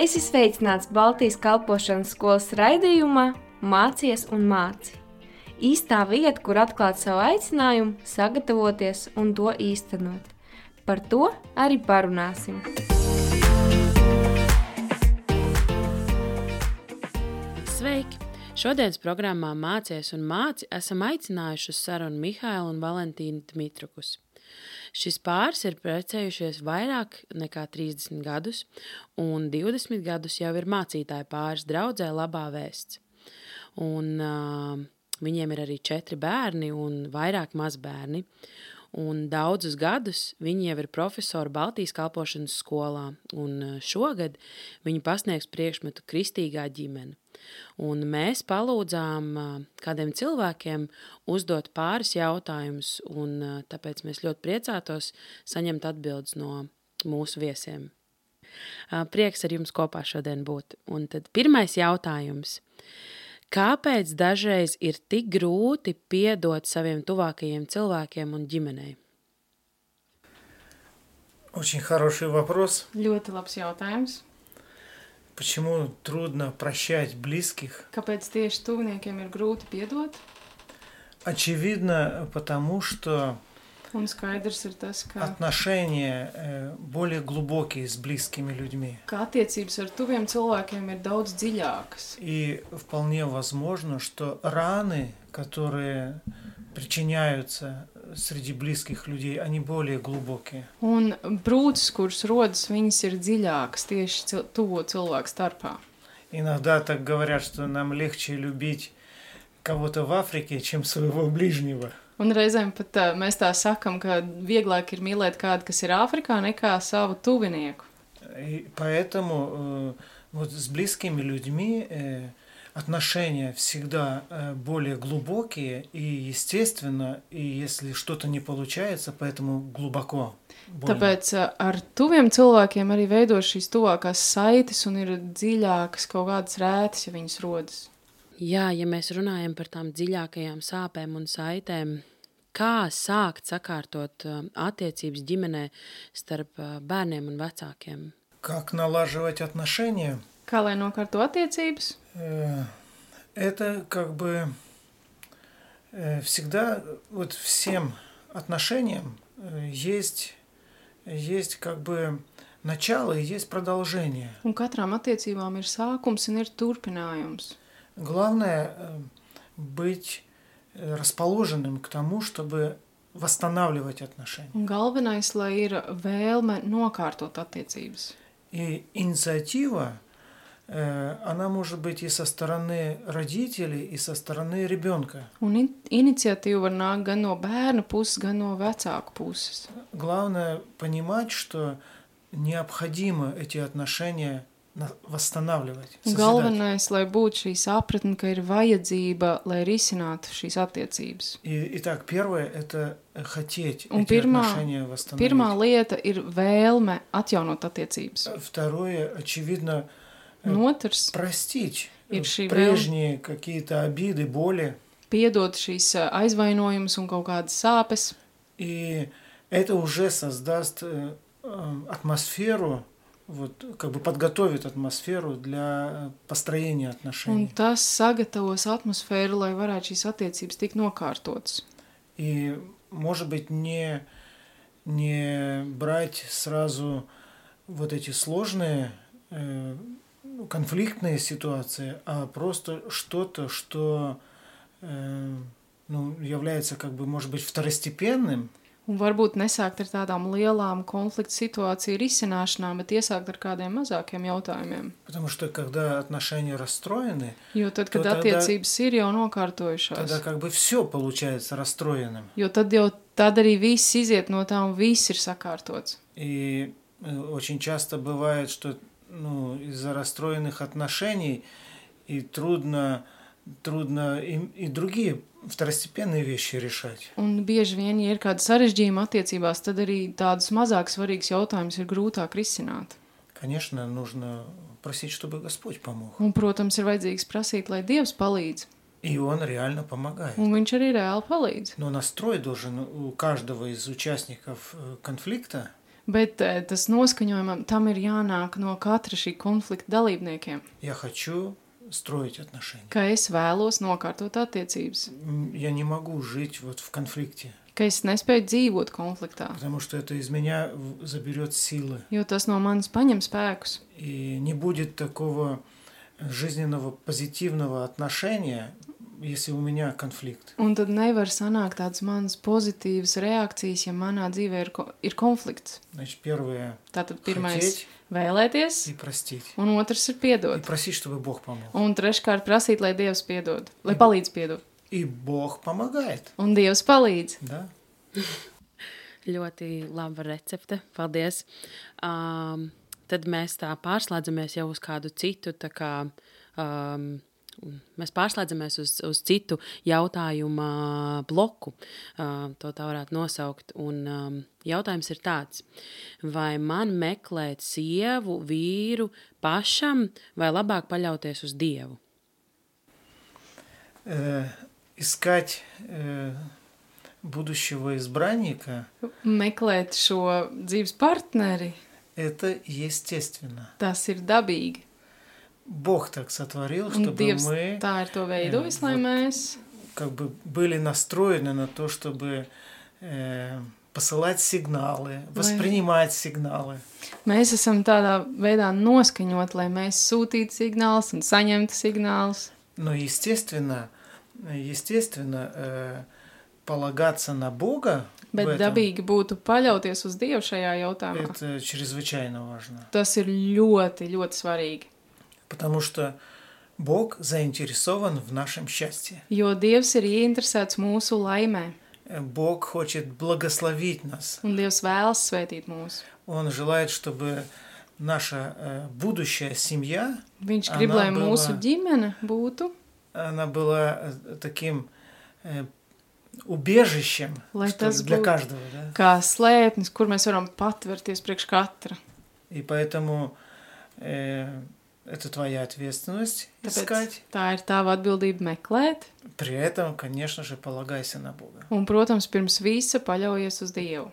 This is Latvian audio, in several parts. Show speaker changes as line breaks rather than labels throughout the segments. Es esmu sveicināts Baltijas kalpošanas skolas raidījumā Mācies un māci. Īstā vieta, kur atklāt savu aicinājumu, sagatavoties un to īstenot. Par to arī parunāsim.
Sveiki! Šodienas programmā Mācies un māci esam aicinājuši uz sarunu Mihālu un Valentīnu Dmitrukus. Šis pāris ir precējušies vairāk nekā 30 gadus, un 20 gadus jau ir mācītāja pāris draudzē labā vēsts. Un, uh, viņiem ir arī četri bērni un vairāk mazbērni. Un daudzus gadus viņi jau ir profesori Baltijas kalpošanas skolā, un uh, šogad viņi pasniegs priekšmetu Kristīgā ģimene. Un mēs palūdzām ā, kādiem cilvēkiem uzdot pāris jautājumus, un ā, tāpēc mēs ļoti priecātos saņemt atbildes no mūsu viesiem. Ā, Prieks ar jums kopā šodien būt. Un tad pirmais jautājums. Kāpēc dažreiz ir tik grūti piedot saviem tuvākajiem cilvēkiem un ģimenei?
Очень хороший вопрос.
Ļoti labs jautājums.
Почему трудно прощать близких?
Kāpēc tieši tuviniekiem ir grūti piedot?
Очевидно, потому что
Un skaidrs ir tas, ka,
отношения э, более глубокие с близкими людьми.
ka attiecības ar tuviem cilvēkiem ir daudz dziļākas.
И вполне возможно, что раны, которые причиняются среди близких людей, они более глубокие.
Un brūces, kuras rodas, viņas ir dziļākas tieši cil tuvo cilvēku starpā.
Иногда так говорят, что нам легче любить кого-то в Африке, чем своего ближнего.
Un reizēm pat uh, mēs tā sakam, ka vieglāk ir mīlēt kādu, kas ir Āfrikā, nekā savu tuvinieku.
И поэтому э, вот с близкими людьми э, отношения всегда э, более глубокие и естественно, и если что-то не получается, поэтому глубоко. больно.
Tāpēc uh, ar tuviem cilvēkiem arī veido šīs tuvākās saites un ir dziļākas kaut kādas rētas, ja viņas rodas.
Jā, ja mēs runājam par tām dziļākajām sāpēm un saitēm, kā sākt sakārtot ā, attiecības ģimenē starp ā, bērniem un vecākiem?
Как налаживать отношения?
Kā lai nokārto attiecības?
Э, Это как бы э, всегда вот всем отношениям э, есть есть как бы начало и есть продолжение.
Un katrām attiecībām ir sākums un ir turpinājums.
Главное э, быть э, расположенным к тому, чтобы восстанавливать отношения.
Un galvenais, lai ir vēlme nokārtot attiecības.
И инициатива, э, она может быть и со стороны родителей, и со стороны ребенка.
Un in iniciatīva var nākt gan no bērna puses, gan no vecāku puses.
Главное понимать, что необходимо эти отношения на- восстанавливать.
Un
созидать.
galvenais, lai būtu šī sapratne, ka ir vajadzība, lai risinātu šīs attiecības.
И, итак, первое это хотеть
Он
эти
перма-
отношения восстановить.
Pirmā lieta ir vēlme atjaunot attiecības.
Второе, очевидно,
Un otrs
простить э,
Ирши Вэлл.
прежние какие-то обиды, боли.
- piedot šīs ā, aizvainojumus un kaut kādas sāpes.
И это уже создаст э, э, атмосферу, вот как бы подготовит атмosферу для э, построения
Un
отношений.
tas sagatavos atmosfēru, lai varētu šīs attiecības tikt nokārtotas.
И, может быть, не, не брать сразу вот эти сложные э, ну, конфликтные ситуации, а просто что-то, что э, ну, является как бы, может быть, второстепенным,
Un varbūt nesākt ar tādām lielām konflikta situāciju risināšanām, bet iesākt ar kādiem mazākiem jautājumiem.
потому что когда отношения расстроены,
Jo tad,
To
kad tad
tādā-
attiecības ir jau
Тогда
nokārtojušās,
как бы все получается расстроенным.
jo tad jau tad arī viss iziet no tā un viss ir sakārtots.
И э, очень часто бывает, что ну, из-за расстроенных отношений и трудно, трудно и, и другие второстепенные вещи решать.
Un bieži vien, ja ir kāda sarežģījuma attiecībās, tad arī tādus mazāk svarīgus jautājumus ir grūtāk risināt.
Конечно, нужно просить, чтобы Господь помог.
Un, protams, ir vajadzīgs prasīt, lai Dievs palīdz,
И Он реально помогает.
un Viņš arī reāli palīdz.
Но настрой должен у каждого из участников э, конфликта
Bet eh, tas noskaņojumam tam ir jānāk no katra šī konflikta dalībniekiem,
Я хочу строить отношения.
ka es vēlos nokārtot attiecības,
М, Я не могу жить вот в конфликте,
ka es nespēju dzīvot konfliktā,
потому что это из меня в- заберет силы.
jo tas no manis paņem spēkus.
И не будет такого жизненного позитивного отношения, если у меня конфликт.
Un tad nevar sanākt tādas manas pozitīvas reakcijas, ja manā dzīvē ir, ko ir konflikts.
Значит, первое
Tātad pirmais
хотеть
- vēlēties,
и простить.
un otrs ir
И
piedot.
просить, чтобы Бог помог.
Un treškārt prasīt, lai Dievs piedod, lai
Mhm.
palīdz piedot.
И Бог помогает,
Un Dievs palīdz.
да?
Ļoti laba recepte. Paldies. Um, tad mēs tā pārslēdzamies jau uz kādu citu. tā Kā, um, mēs pārslēdzamies uz, uz citu jautājumu bloku. Uh, to tā varētu nosaukt. Un, um, jautājums ir tāds, vai man meklēt sievu, vīru pašam, vai labāk paļauties uz dievu?
Э, искать э, будущего избранника
Meklēt šo dzīves partneri,
– это естественно.
tas ir dabīgi.
Бог так сотворил,
Un
чтобы
Dievs
мы
tā ir to veidojis, lai
vot.
mēs.
как бы были настроены на то, чтобы э, посылать сигналы, воспринимать сигналы.
Mēs esam tādā veidā noskaņot, lai mēs sūtītu signālus un saņemtu signālus.
Но естественно, естественно, э, полагаться на Бога в
Bet
этом
dabīgi būtu paļauties uz Dievu šajā jautājumā.
это чрезвычайно важно,
Tas ir ļoti, ļoti svarīgi.
потому что Бог заинтересован в нашем счастье.
Jo Dievs ir ieinteresēts mūsu laimē,
Э, Бог хочет благословить нас.
un Dievs vēlas svētīt mūs.
Он желает, чтобы наша э, будущая семья
Viņš
Anā
grib, lai
Bavā.
mūsu ģimene būtu,
она была э, таким э, убежищем
Like
что ли,
that's
для
good.
каждого, да?
kā slēpnis, kur mēs varam patvērties priekš katra.
И поэтому э, это твоя ответственность
Tāpēc
искать.
tā ir tava atbildība meklēt,
При этом, конечно же, полагайся на Бога.
un, protams, pirms visa paļaujies uz Dievu.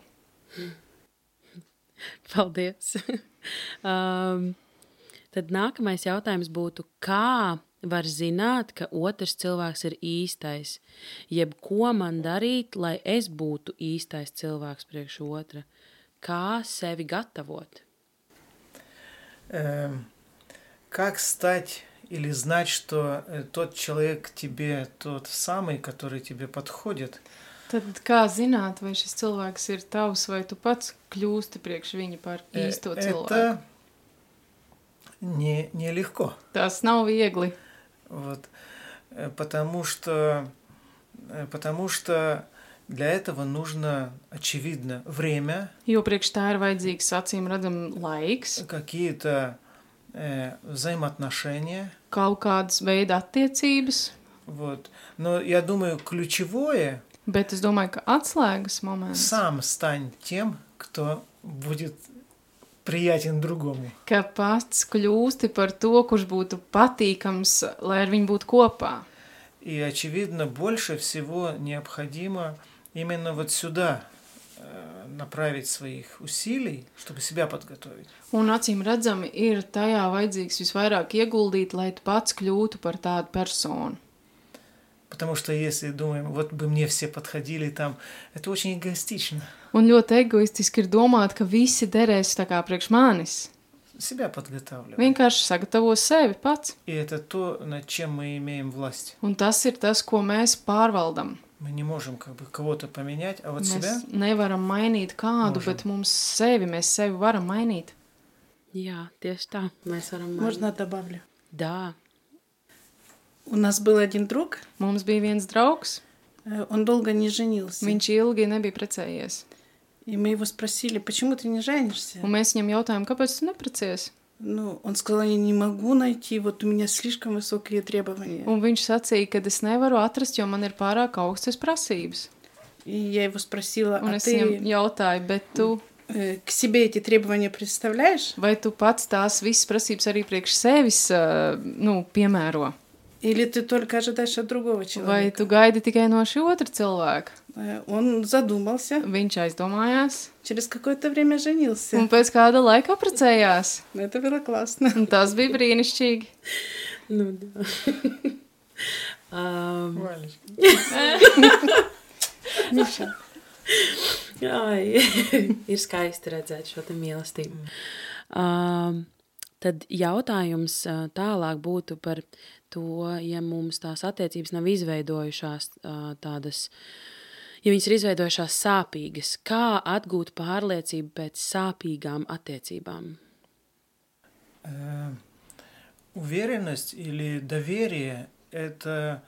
Paldies. um, tad nākamais jautājums būtu, kā var zināt, ka otrs cilvēks ir īstais? Jeb ko man darīt, lai es būtu īstais cilvēks priekš otra? Kā sevi gatavot?
Эм, как стать или знать, что э, тот человек тебе тот самый, который тебе подходит?
Tad kā zināt, vai šis cilvēks ir tavs, vai tu pats kļūsti priekš viņa par
Э,
īsto cilvēku?
это не, нелегко.
Tas nav viegli.
Вот, э, потому что, э, потому что для этого нужно, очевидно, время,
Jo priekš tā ir vajadzīgs acīm redzams laiks,
какие-то э, взаимоотношения.
kaut kādas veida attiecības,
Вот. Но я думаю, ключевое
bet es domāju, ka atslēgas moments,
сам стань тем, кто будет приятен другому.
ka pats kļūsti par to, kurš būtu patīkams, lai ar viņu būtu kopā.
И, очевидно, больше всего необходимо именно вот сюда э, направить своих усилий, чтобы себя подготовить.
Un acīm redzami, ir tajā vajadzīgs visvairāk ieguldīt, lai tu pats kļūtu par tādu personu.
Потому что если думаем, вот бы мне все подходили там, это очень эгоистично.
Un ļoti egoistiski ir domāt, ka visi derēs tā kā priekš manis.
Себя подготавливаем.
Vienkārši sagatavo sevi pats.
И это то, над чем мы имеем власть.
Un tas ir tas, ko mēs pārvaldam.
Мы не можем как бы кого-то поменять, а вот себя
Mēs nevaram mainīt kādu,
Možem.
bet mums sevi, mēs sevi varam mainīt.
Jā, tieši tā. Mēs varam.
Можно добавлю?
Jā,
У нас был один друг,
Mums bija viens draugs,
э, он долго не женился.
viņš ilgi nebija precējies.
И мы его спросили, почему ты не женишься?
Un mēs viņam jautājām, kāpēc tu neprecies?
Ну, он сказал, я не могу найти, вот у меня slишком высокие требования.
Un viņš sacīja, ka es nevaru atrast, jo man ir pārāk augstas prasības.
И я его спросила,
Un
а
es viņam
ты
jautāju, bet tu,
э, к себе эти требования представляешь?
vai tu pats tās visas prasības arī priekš sevis ā, nu, piemēro?
Или ты только ожидаешь от другого
Vai
человека?
tu gaidi tikai no šī otra cilvēka?
Э, Он задумался,
Viņš aizdomājās,
через какое-то время женился.
un pēc kāda laika apprecējās.
Это было классно.
Un tas bija brīnišķīgi.
Nu, jā. um,
Валечка.
ai, ir skaisti redzēt šo te mīlestību. Um, tad jautājums ā, tālāk būtu par to, ja mums tās attiecības nav izveidojušās ā, tādas. Ja viņas ir izveidojušās sāpīgas, kā atgūt pārliecību pēc sāpīgām attiecībām?
Э, Уверенность или доверие – это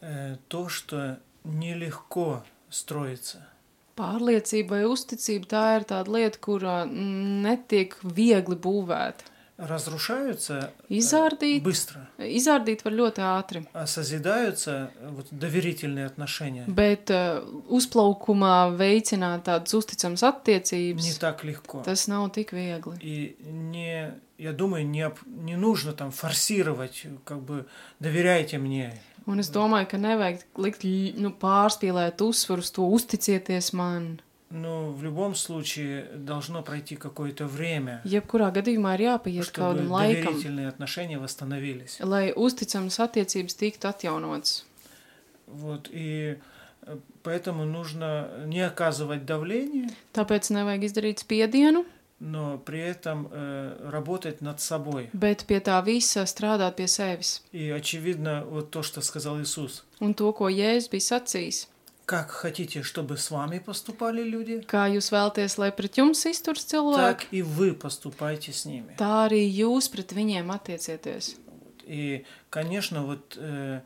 э, то, что нелегко строится.
Pārliecība vai uzticība tā ir tāda lieta, kurā mm, netiek viegli būvēta.
Разрушаются э,
Изардит.
быстро,
Izārdīt var ļoti ātri,
а созидаются э, вот, doверительные отношения
bet uh, uzplaukumā veicināt tādas uzticamas
не
attiecības,
так легко.
tas nav tik viegli.
И не, я думаю, не, об- не нужно там форсировать, как бы доверяйте мне.
Un es domāju, ka nevajag likt, ļ- nu, pārspīlēt uzsvaru uz to uzticieties man.
Но в любом случае должно пройти какое-то время,
Jebkurā gadījumā ir jāpaiet
чтобы
kādam laikam,
доверительные отношения восстановились.
lai uzticamas attiecības tiktu atjaunotas.
Вот, и э, поэтому нужно не оказывать давление,
Tāpēc nevajag izdarīt spiedienu,
но при этом э, работать над собой.
bet pie tā visa strādāt pie sevis.
И очевидно, вот то, что сказал Иисус.
Un to, ko Jēzus bija sacījis,
Как хотите, чтобы с вами поступали люди,
kā jūs vēlaties, lai pret jums izturs cilvēki,
так и вы поступайте с ними.
tā arī jūs pret viņiem attiecieties.
И, конечно, вот э,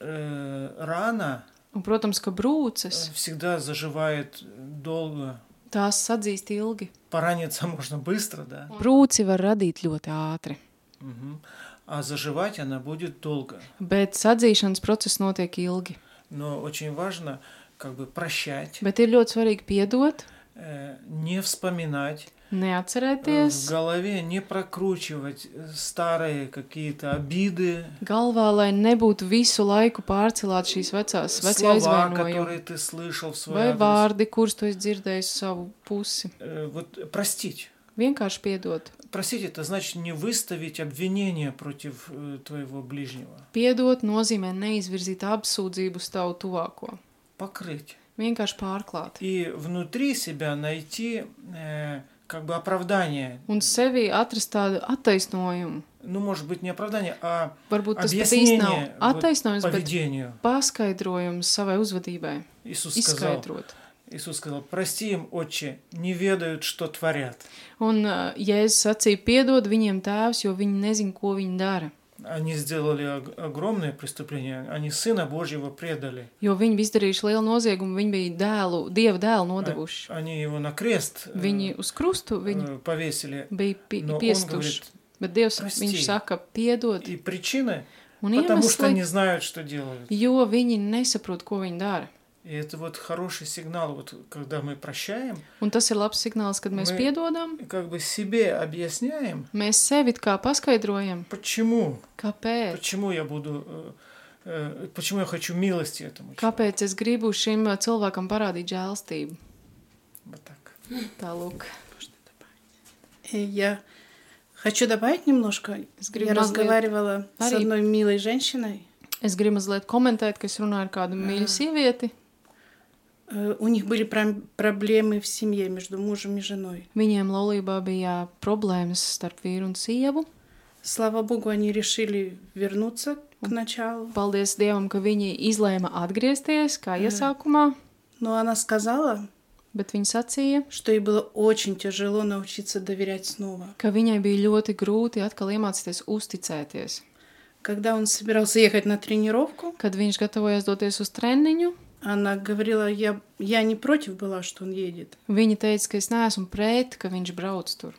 э, рана
Un, protams, ka
э,
brūces
всегда zаживает долго.
tās sadzīst ilgi.
Пораниться можно быстро, да,
Brūci var radīt ļoti ātri,
Мгм. а заживать она будет долго.
bet sadzīšanas process notiek ilgi.
Но очень важно как бы прощать,
Bet ir ļoti svarīgi piedot,
э, не вспоминать, э,
neatcerēties.
в голове не прокручивать э, старые какие-то обиды,
Galvā, lai nebūtu visu laiku pārcelāt šīs vecās, vecā
слова,
aizvainojuma,
которые ты slышал в
vai
свой адрес.
vārdi, kurus tu esi dzirdējis uz savu pusi.
Э, Вот простить.
Vienkārši piedot.
Простить это значит не выставить обвинения против э, твоего ближнего.
Piedot nozīmē neizvirzīt apsūdzību uz tavu tuvāko.
Покрыть.
Vienkārši pārklāt.
И внутри себя найти э, как бы оправдание.
Un sevī atrast tādu attaisnojumu.
Ну, может быть, не оправдание, а
Varbūt tas pat īsti nav
объяснение вот,
attaisnojums, bet
поведению.
paskaidrojums savai uzvedībai.
Иисус сказал,
Izskaidrot.
Иисус сказал, прости им, отче, не ведают, что творят.
Un, uh, ja es sacīju, piedod viņiem tēvs, jo viņi nezina, ko viņi dara.
Они сделали ог- огромное преступление, они Сына Божьего предали.
Jo viņi bija izdarījuši lielu noziegumu, viņi bija dēlu, dieva dēlu nodevuši.
Они его на крест э,
Viņi uz krustu viņu
э, повесили.
bija pi
Но он
piestuši.
говорит,
Bet Dievs
"Прости."
viņš saka, piedod
и причины,
un
потому что
iemesli,
не знают, что делают.
jo viņi nesaprot, ko viņi dara.
И это вот хороший сигнал, вот когда мы прощаем,
Un tas ir labs signāls, kad mēs
Мы-
piedodam,
и как бы себе объясняем,
mēs sevi it kā paskaidrojam,
почему,
kāpēc.
почему я буду, э, э, почему я хочу милости этому человеку.
Kāpēc es gribu šim uh, cilvēkam parādīt žēlstību?
Вот так.
Tālāk,
Э, Я хочу добавить немножко.
Es gribu
Я
mazliet
разговаривала с
Ари.
одной милой женщиной.
es gribu mazliet komentēt, ka es runāju ar kādu mīļu sievieti.
Э, У них были прям проблемы в семье между мужем и женой.
Viņiem laulībā bija uh, problēmas starp vīru un sievu.
Слава богу, они решили вернуться к началу.
Paldies Dievam, ka viņi izlēma atgriezties kā iesākumā,
Но она сказала,
bet viņa sacīja,
что ей было очень тяжело научиться доверять снова.
ka viņai bija ļoti grūti atkal iemācīties uzticēties.
Когда он собирался ехать на тренировку,
Kad viņš gatavojās doties uz treniņu,
она говорила, я, я не против была, что он едет.
viņa teica, ka es neesmu pret, ka viņš brauc tur.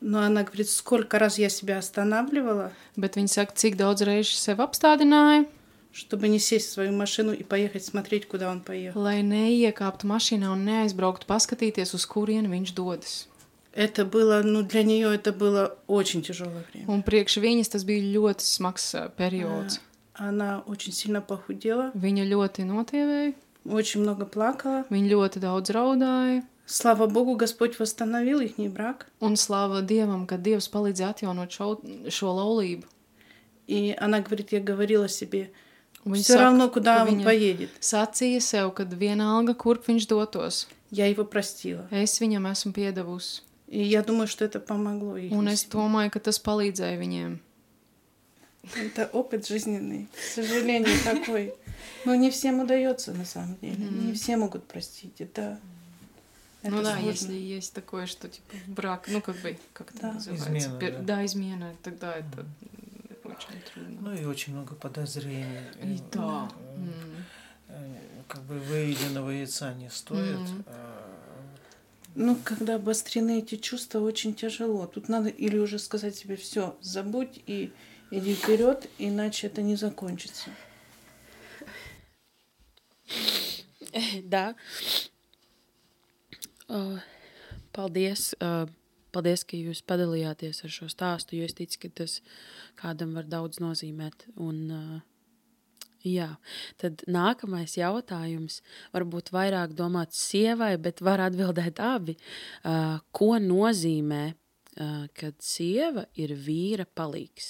Но она говорит, сколько раз я себя останавливала,
Bet viņa saka, cik daudz reižu sev apstādināja,
чтобы не сесть в свою машину и поехать смотреть, куда он поехал.
lai neiekāptu mašīnā un neaizbrauktu paskatīties, uz kurieni viņš dodas.
Это было, ну, для нее это было очень тяжелое время.
Un priekš viņas tas bija ļoti smags ā, periods.
Она очень сильно похудела,
Viņa ļoti notievēja,
очень много плакала.
Viņa ļoti daudz raudāja.
Слава Богу, Господь восстановил их брак.
Un slāva Dievam, ka Dievs palīdzēja atjaunot šo, šo laulību.
И она говорит, я говорила себе,
Un
все равно,
ka
куда он
viņa
поедет.
sacīja sev, ka vienalga, kurp viņš dotos,
Я его простила.
es viņam esmu piedevusi.
И я думаю, что это помогло ей.
Un es domāju, ka tas palīdzēja viņiem.
Это опыт жизненный, к сожалению, такой. Но не всем удается на самом деле. Не все могут простить. Это, это
Ну да,
сложно.
если есть такое, что типа брак, ну как бы, как это
Да.
называется?
Измена,
Пер-
да.
да, измена, тогда это м, очень трудно.
Ну и очень много подозрений.
И
Э,
да.
э,
М.
э, Как бы выеденного яйца не стоит.
Мгм.
а,
Ну, когда обострены эти чувства, очень тяжело. Тут надо или уже сказать себе все, забудь и иди вперед, иначе это не закончится.
Да. Uh, paldies, uh, paldies, ka jūs padalījāties ar šo stāstu. Jo es ticu, ka tas kādam var daudz nozīmēt. Un, uh, jā, tad nākamais jautājums varbūt vairāk domāts sievai, bet var atbildēt abi. Uh, ko nozīmē, uh, kad sieva ir vīra palīgs?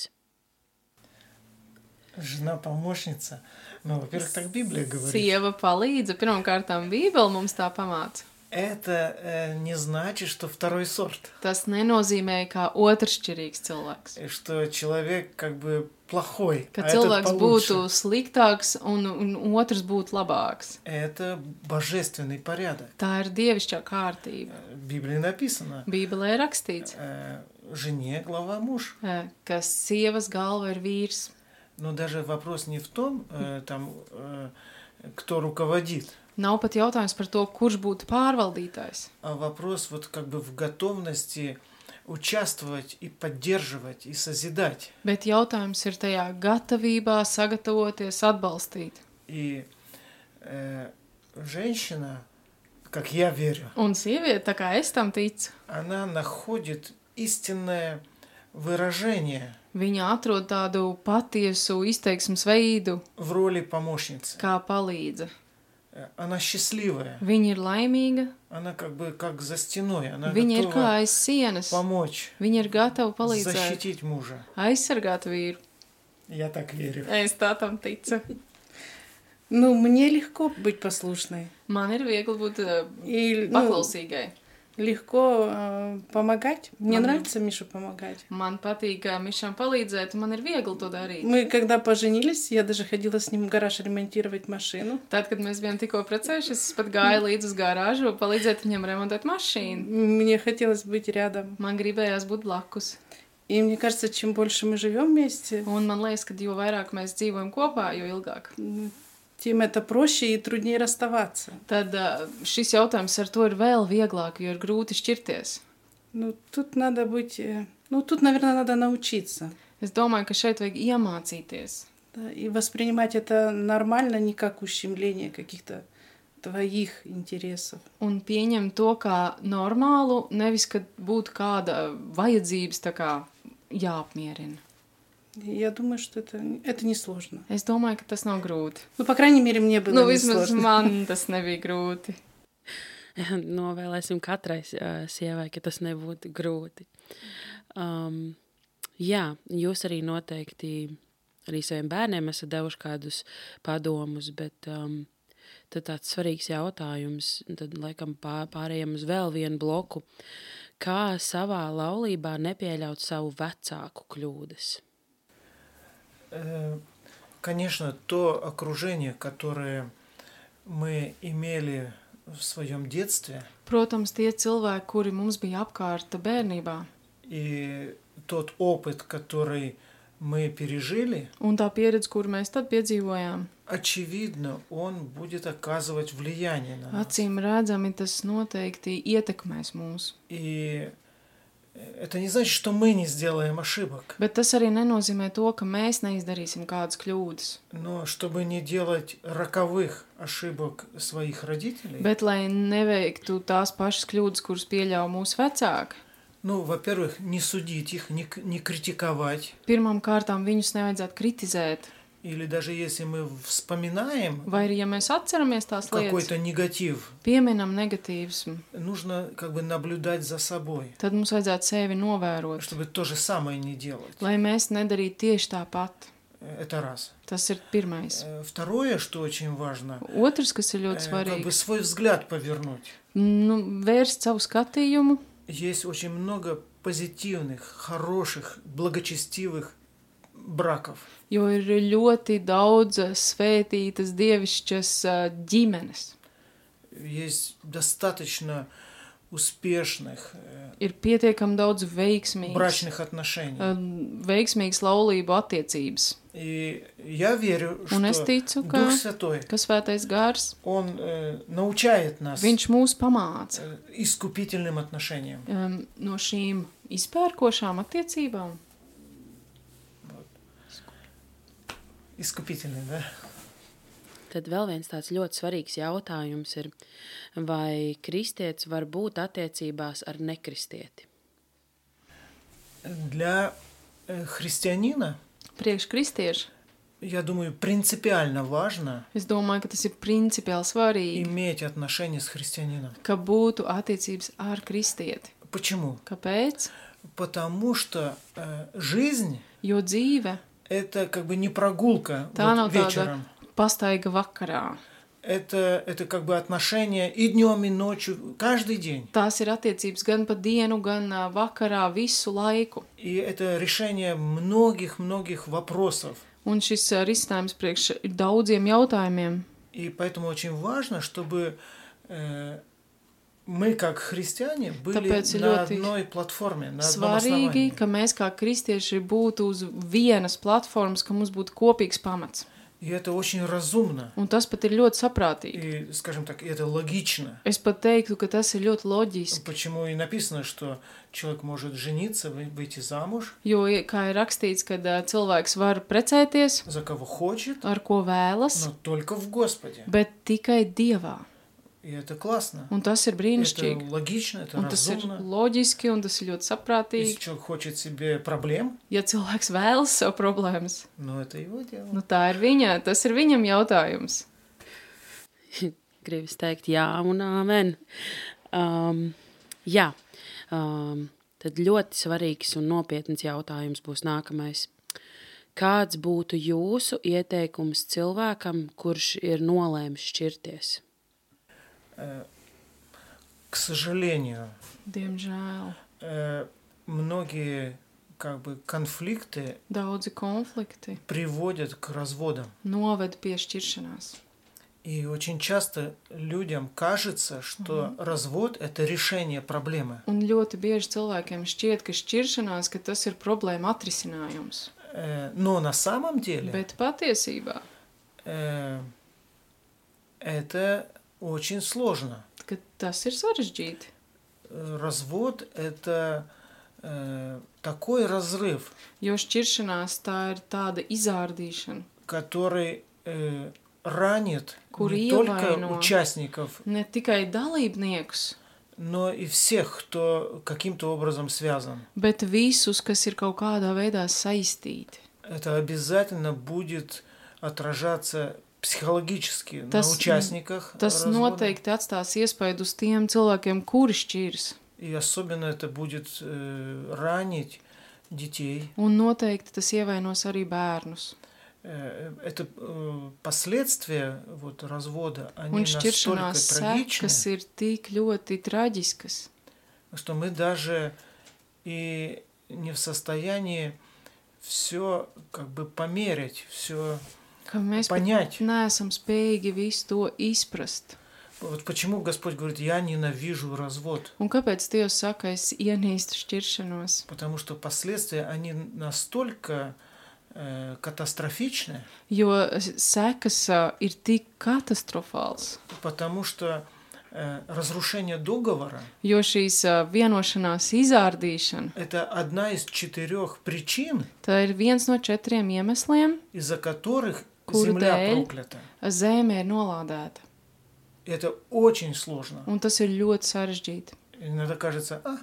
Жена-помощница. Ну, во-первых, так Библия говорит.
Sieva palīdza. Pirmkārt, Bībele mums tā pamāca.
Это э, не значит, что второй сорт.
Tas nenozīmē, kā otršķirīgs cilvēks.
И Что человек как бы плохой.
Ka
а этот
cilvēks
получше.
būtu sliktāks un, un otrs būtu labāks.
Это божественный порядок.
Tā ir dievišķā kārtība.
Э, В Библии написано.
Bībelē ir rakstīts,
э, жене глава муж.
eh, ka sievas galva ir vīrs.
Но даже вопрос не в том, э, там, э, кто руководит,
Nav pat jautājums par to, kurš būtu pārvaldītājs.
а вопрос вот как бы в готовности участвовать и поддерживать и созидать.
Bet jautājums ir tajā gatavībā sagatavoties, atbalstīt.
И э, женщина, как я верю,
Un sieviete, tā kā es tam ticu,
она находит истинное выражение
viņa atrod tādu patiesu izteiksmes veidu,
в роли помощницы.
kā palīdza.
Э, Она счастливая,
Viņa ir laimīga,
она как бы как за стеной, она
viņa ir kā
готова
aiz sienas,
помочь,
viņa ir gatava palīdzēt,
защитить мужа.
aizsargāt vīru.
Я так верю.
Es tā tam ticu.
Ну, мне легко быть послушной.
Man ir viegli būt eh,
И, ну,
paklausīgai.
легко э, помогать. Мне
Мгм.
нравится Миша помогать.
Man patīk, kā Mišam palīdzēt, un man ir viegli to darīt.
Мы когда поженились, я даже ходила с ним в гараж ремонтировать машину.
Tad, kad mēs bijām tikko precējušies, es pat gāju līdz uz garāžu, palīdzēt viņam remontēt mašīnu.
Мне хотелось быть рядом.
Man gribējās būt blakus.
И мне кажется, чем больше мы живем вместе,
Un man liekas, ka jo vairāk mēs dzīvojam kopā, jo ilgāk.
м, тем это проще и труднее расставаться.
Tad ā, šis jautājums ar to ir vēl vieglāk, jo ir grūti šķirties.
Ну, тут надо быть... э, Ну, тут, наверное, надо научиться.
Es domāju, ka šeit vajag iemācīties.
да, и воспринимать это нормально, не как ущемление каких-то твоих интересов.
Un pieņemt to kā normālu, nevis ka būtu kāda vajadzības tā kā jāapmierina.
И Я думаю, что это, это несложно.
Es domāju, ka tas nav grūti.
Ну, по крайней мере, мне было
Nu, vismaz
несложно.
man tas nebija grūti.
Novēlēsim katrai uh, sievai, ka tas nebūtu grūti. Um, jā, jūs arī noteikti arī saviem bērniem esat devuši kādus padomus, bet um, tad tāds svarīgs jautājums, tad laikam pā- pārējiem uz vēl vienu bloku. Kā savā laulībā nepieļaut savu vecāku kļūdas?
Э, Конечно, то окружение, которое мы имели в своем детстве,
Protams, tie cilvēki, kuri mums bija apkārt bērnībā,
и тот опыт, который мы пережили,
un tā pieredze, kuru mēs tad piedzīvojām,
очевидно, он будет оказывать влияние на нас.
acīm redzami, tas noteikti ietekmēs mūs.
И э, это не значит, что мы не сделаем ошибок.
Bet tas arī nenozīmē to, ka mēs neizdarīsim kādas kļūdas.
Но чтобы не делать роковых ошибок своих родителей,
Bet, lai neveiktu tās pašas kļūdas, kuras pieļāva mūsu vecāki,
ну, во-первых, не судить их, не, к- не критиковать.
pirmām kārtām viņus nevajadzētu kritizēt.
И или даже если мы вспоминаем
Vai arī, ja mēs atceramies tās lietas,
какой-то негатив,
pieminam negatīvismu,
нужно как бы наблюдать за собой,
tad mums vajadzētu sevi novērot,
чтобы то же самое не делать.
lai mēs nedarītu tieši tāpat.
Э, Это раз.
Tas ir pirmais.
Э, Второе, что очень важно,
Otrs, kas ir
э,
ļoti
как бы
svarīgs,
свой взгляд повернуть.
nu, vērst savu skatījumu.
Есть очень много позитивных, хороших, благочестивых браков.
Jo ir ļoti daudz eh, svētītas dievišķas eh, ģimenes.
Есть достаточно успешных э,
Ir pietiekami daudz veiksmīgas,
брачных отношений.
eh, veiksmīgas laulību attiecības.
И я верю,
Un es
что
ticu, ka,
Дух Святой,
ka svētais gars,
Он э, научает нас
viņš mūs pamāca
э, искупительным отношениям.
em, no šīm izpērkošām attiecībām.
Искупительным, да?
Tad vēl viens tāds ļoti svarīgs jautājums ir, vai kristietis var būt attiecībās ar nekristieti?
Для э, христианина,
Priekš kristieši,
я думаю, принципиально важно
es domāju, ka tas ir principiāli svarīgi,
иметь отношения с христианином.
ka būtu attiecības ar kristieti.
Почему?
Kāpēc?
Потому что э, жизнь
Jo dzīve
это как бы не прогулка
tā
вот
nav tāda
вечером.
pastaiga vakarā.
Это, это как бы отношения и днем, и ночью, каждый день.
Tās ir attiecības gan pa dienu, gan ā, vakarā, visu laiku.
И это решение многих-многих vопросов.
Un šis ā, risinājums priekš ir daudziem jautājumiem.
И поэтому очень важно, чтобы э, мы, как христиане, были
Тапец
на
лётый.
одной платформе, на одном
Svarīgi,
основании.
ka mēs kā kristieši būtu uz vienas platformas, ka mums būtu kopīgs pamats.
И это очень разумно.
Un tas pat ir ļoti saprātīgi.
И, скажем так, это логично.
Es pat teiktu, ka tas ir ļoti loģiski.
Почему и написано, что человек может жениться, вы- выйти замуж
Jo, i- kā ir rakstīts, kad ā, cilvēks var precēties
за кого хочет,
ar ko vēlas,
но только в Господе.
bet tikai dievā.
И это классно.
Un tas ir
Это
brīnišķīgi.
логично, это
Un tas ir
разумно.
loģiski un tas ir ļoti saprātīgi.
Если человек хочет себе проблем,
Ja cilvēks vēlas sev problēmas,
ну это его дело.
nu tā ir viņa, tas ir viņam jautājums.
Gribas teikt, jā, un amen. Um, jā, um, tad ļoti svarīgs un nopietns jautājums būs nākamais. Kāds būtu jūsu ieteikums cilvēkam, kurš ir nolēmis šķirties?
К сожалению,
Diemžēl
э, многие как бы конфликты
daudzi konflikti
приводят к разводам.
noved pie šķiršanās.
И очень часто людям кажется, что развод это решение проблемы.
Un ļoti bieži cilvēkiem šķiet, ka šķiršanās ka tas ir problēma atrisinājums.
Э, Но на самом деле
Bet patiesībā
э, это очень сложно.
ka tas ir sarežģīti.
Э, Развод это э, такой razрыв,
Jo šķiršanās tā ir tāda izārdīšana
который э, ранит не
Курила
только
войну.
участников,
ne tikai dalībniekus,
но и всех, кто каким-то образом связан.
bet visus, kas ir kaut kādā veidā saistīti.
Это обязательно будет отражаться психологически
Тас-
на участниках
Tas
развода.
noteikti atstās iespaidu uz tiem cilvēkiem, kuri šķirs.
И особенно это будет э, ранить детей.
Un noteikti tas ievainos arī bērnus.
Э, Это э, последствия вот, развода, они
Un
настолько
šķiršanās
трагичны,
sekas ir tik ļoti traģiskas,
что мы даже и не в состоянии все как бы померить, все
ka mēs pat
понять.
neesam spējīgi visu to izprast.
Вот почему Господь говорит, я ненавижу развод.
Un kāpēc Dievs saka, es ienīstu šķiršanos?
Потому что последствия, они настолько э, катастрофичны,
Jo sekas ā, ir tik katastrofāls.
потому что э, разрушение договора
Jo šīs ā, vienošanās izārdīšana,
– это одна из четырех причин,
tā ir viens no četriem iemesliem,
из-за которых
Курдель.
земля проклята.
zeme ir nolādēta.
Это очень сложно.
Un tas ir ļoti sarežģīti.
Иногда кажется, а,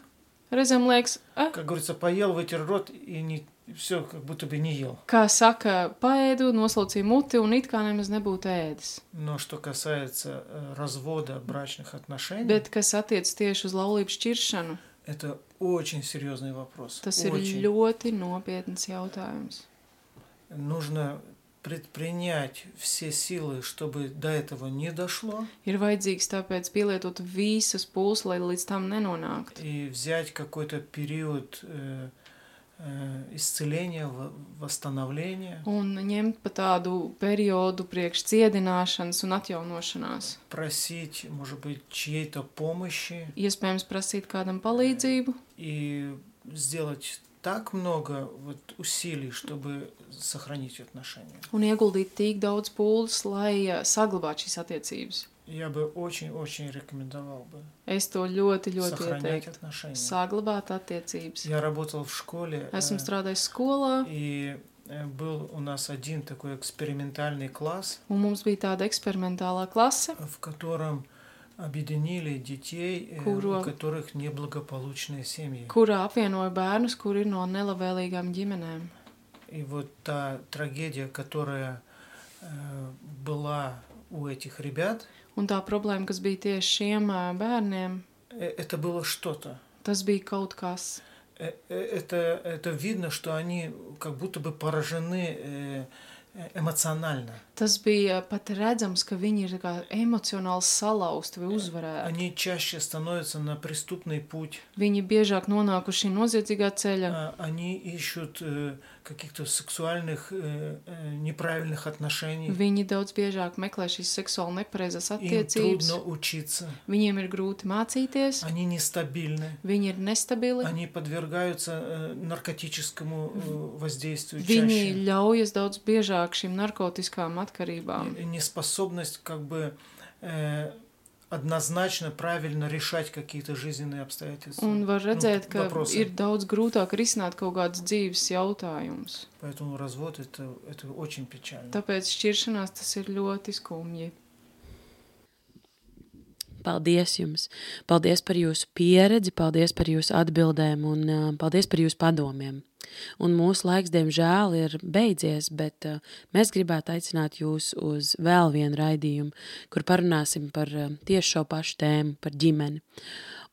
Reizēm liekas, ah,
как говорится, поел, вытер рот и не все, как будто бы не ел.
Kā saka, paēdu, noslaucīju muti un it kā nemaz nebūtu ēdis.
Но что касается э, развода брачных отношений,
Bet kas attiecas tieši uz laulību šķiršanu,
это очень серьезный вопрос.
tas ir
очень.
ļoti nopietns jautājums.
Нужно предпринять все силы, чтобы до этого не дошло,
Ir vajadzīgs tāpēc pielietot visas pūles, lai līdz tam nenonāktu.
и взять какой-то период э, э, исцеления, во- восстановления,
Un ņemt pa tādu periodu priekš ciedināšanas un atjaunošanās.
просить, может быть, чьей-то помощи
Iespējams, prasīt kādam palīdzību
и сделать так много вот усилий, чтобы сохранить отношения.
un ieguldīt tik daudz pūles, lai ā, saglabātu šīs attiecības.
Я бы очень-очень рекомендовал бы
Es to ļoti, ļoti
сохранять
ieteiktu.
отношения.
Saglabāt attiecības.
Я работал в школе, э,
Esmu strādājis skolā,
и э, был у нас один такой экспериментальный класс,
un mums bija tāda eksperimentālā klase,
в котором объединили детей, э,
Куру.
у которых неблагополучные семьи.
kurā apvienoja bērnus, kuri ir no nelabvēlīgām ģimenēm.
И вот та трагедия, которая э, была у этих ребят,
Un tā problēma, kas bija tieši šiem ā, bērniem,
э, это было что-то.
tas bija kaut kas.
Э, э, Это, это видно, что они как будто бы поражены э, э, эмоционально.
Tas bija pat redzams, ka viņi ir tā kā emocionāli salauzti vai uzvarēti.
Они чаще становятся на преступный путь.
Viņi biežāk nonākuši noziedzīgā ceļa.
А, Они ищут э, каких-то сексуальных э, э, неправильных отношений.
Viņi daudz biežāk meklē šīs seksuāli nepareizās
Им
attiecības.
трудно учиться.
Viņiem ir grūti mācīties,
Они нестабильны.
viņi ir nestabili,
Они подвергаются э, наркотическому э, воздействию
viņi
чаще.
ļaujas daudz biežāk šīm narkotikām atkarībām.
И- и Неспособность как бы э, однозначно правильно решать какие-то жизненные обстоятельства.
Un var
Ну,
redzēt, ka
вопросы.
ir daudz grūtāk risināt kaut kādas dzīves jautājumus.
Поэтому развод это, это очень печально.
Tāpēc šķiršanās tas ir ļoti skumji.
Paldies jums! Paldies par jūsu pieredzi, paldies par jūsu atbildēm un ā, paldies par jūsu padomiem. Un mūsu laiks, diemžēl, ir beidzies, bet ā, mēs gribētu aicināt jūs uz vēl vienu raidījumu, kur parunāsim par ā, tieši šo pašu tēmu, par ģimeni.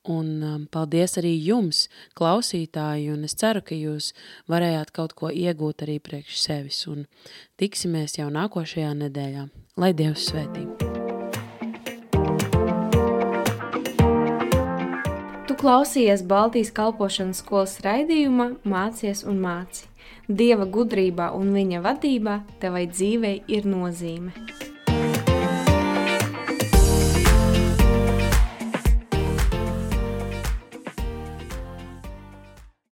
Un ā, paldies arī jums, klausītāji, un es ceru, ka jūs varējāt kaut ko iegūt arī priekš sevis. Un tiksimies jau nākošajā nedēļā. Lai Dievs svētī!
Tu klausies Baltijas kalpošanas skolas raidījumā, mācies un māci. Dieva gudrībā un viņa vadībā tevai dzīvei ir nozīme.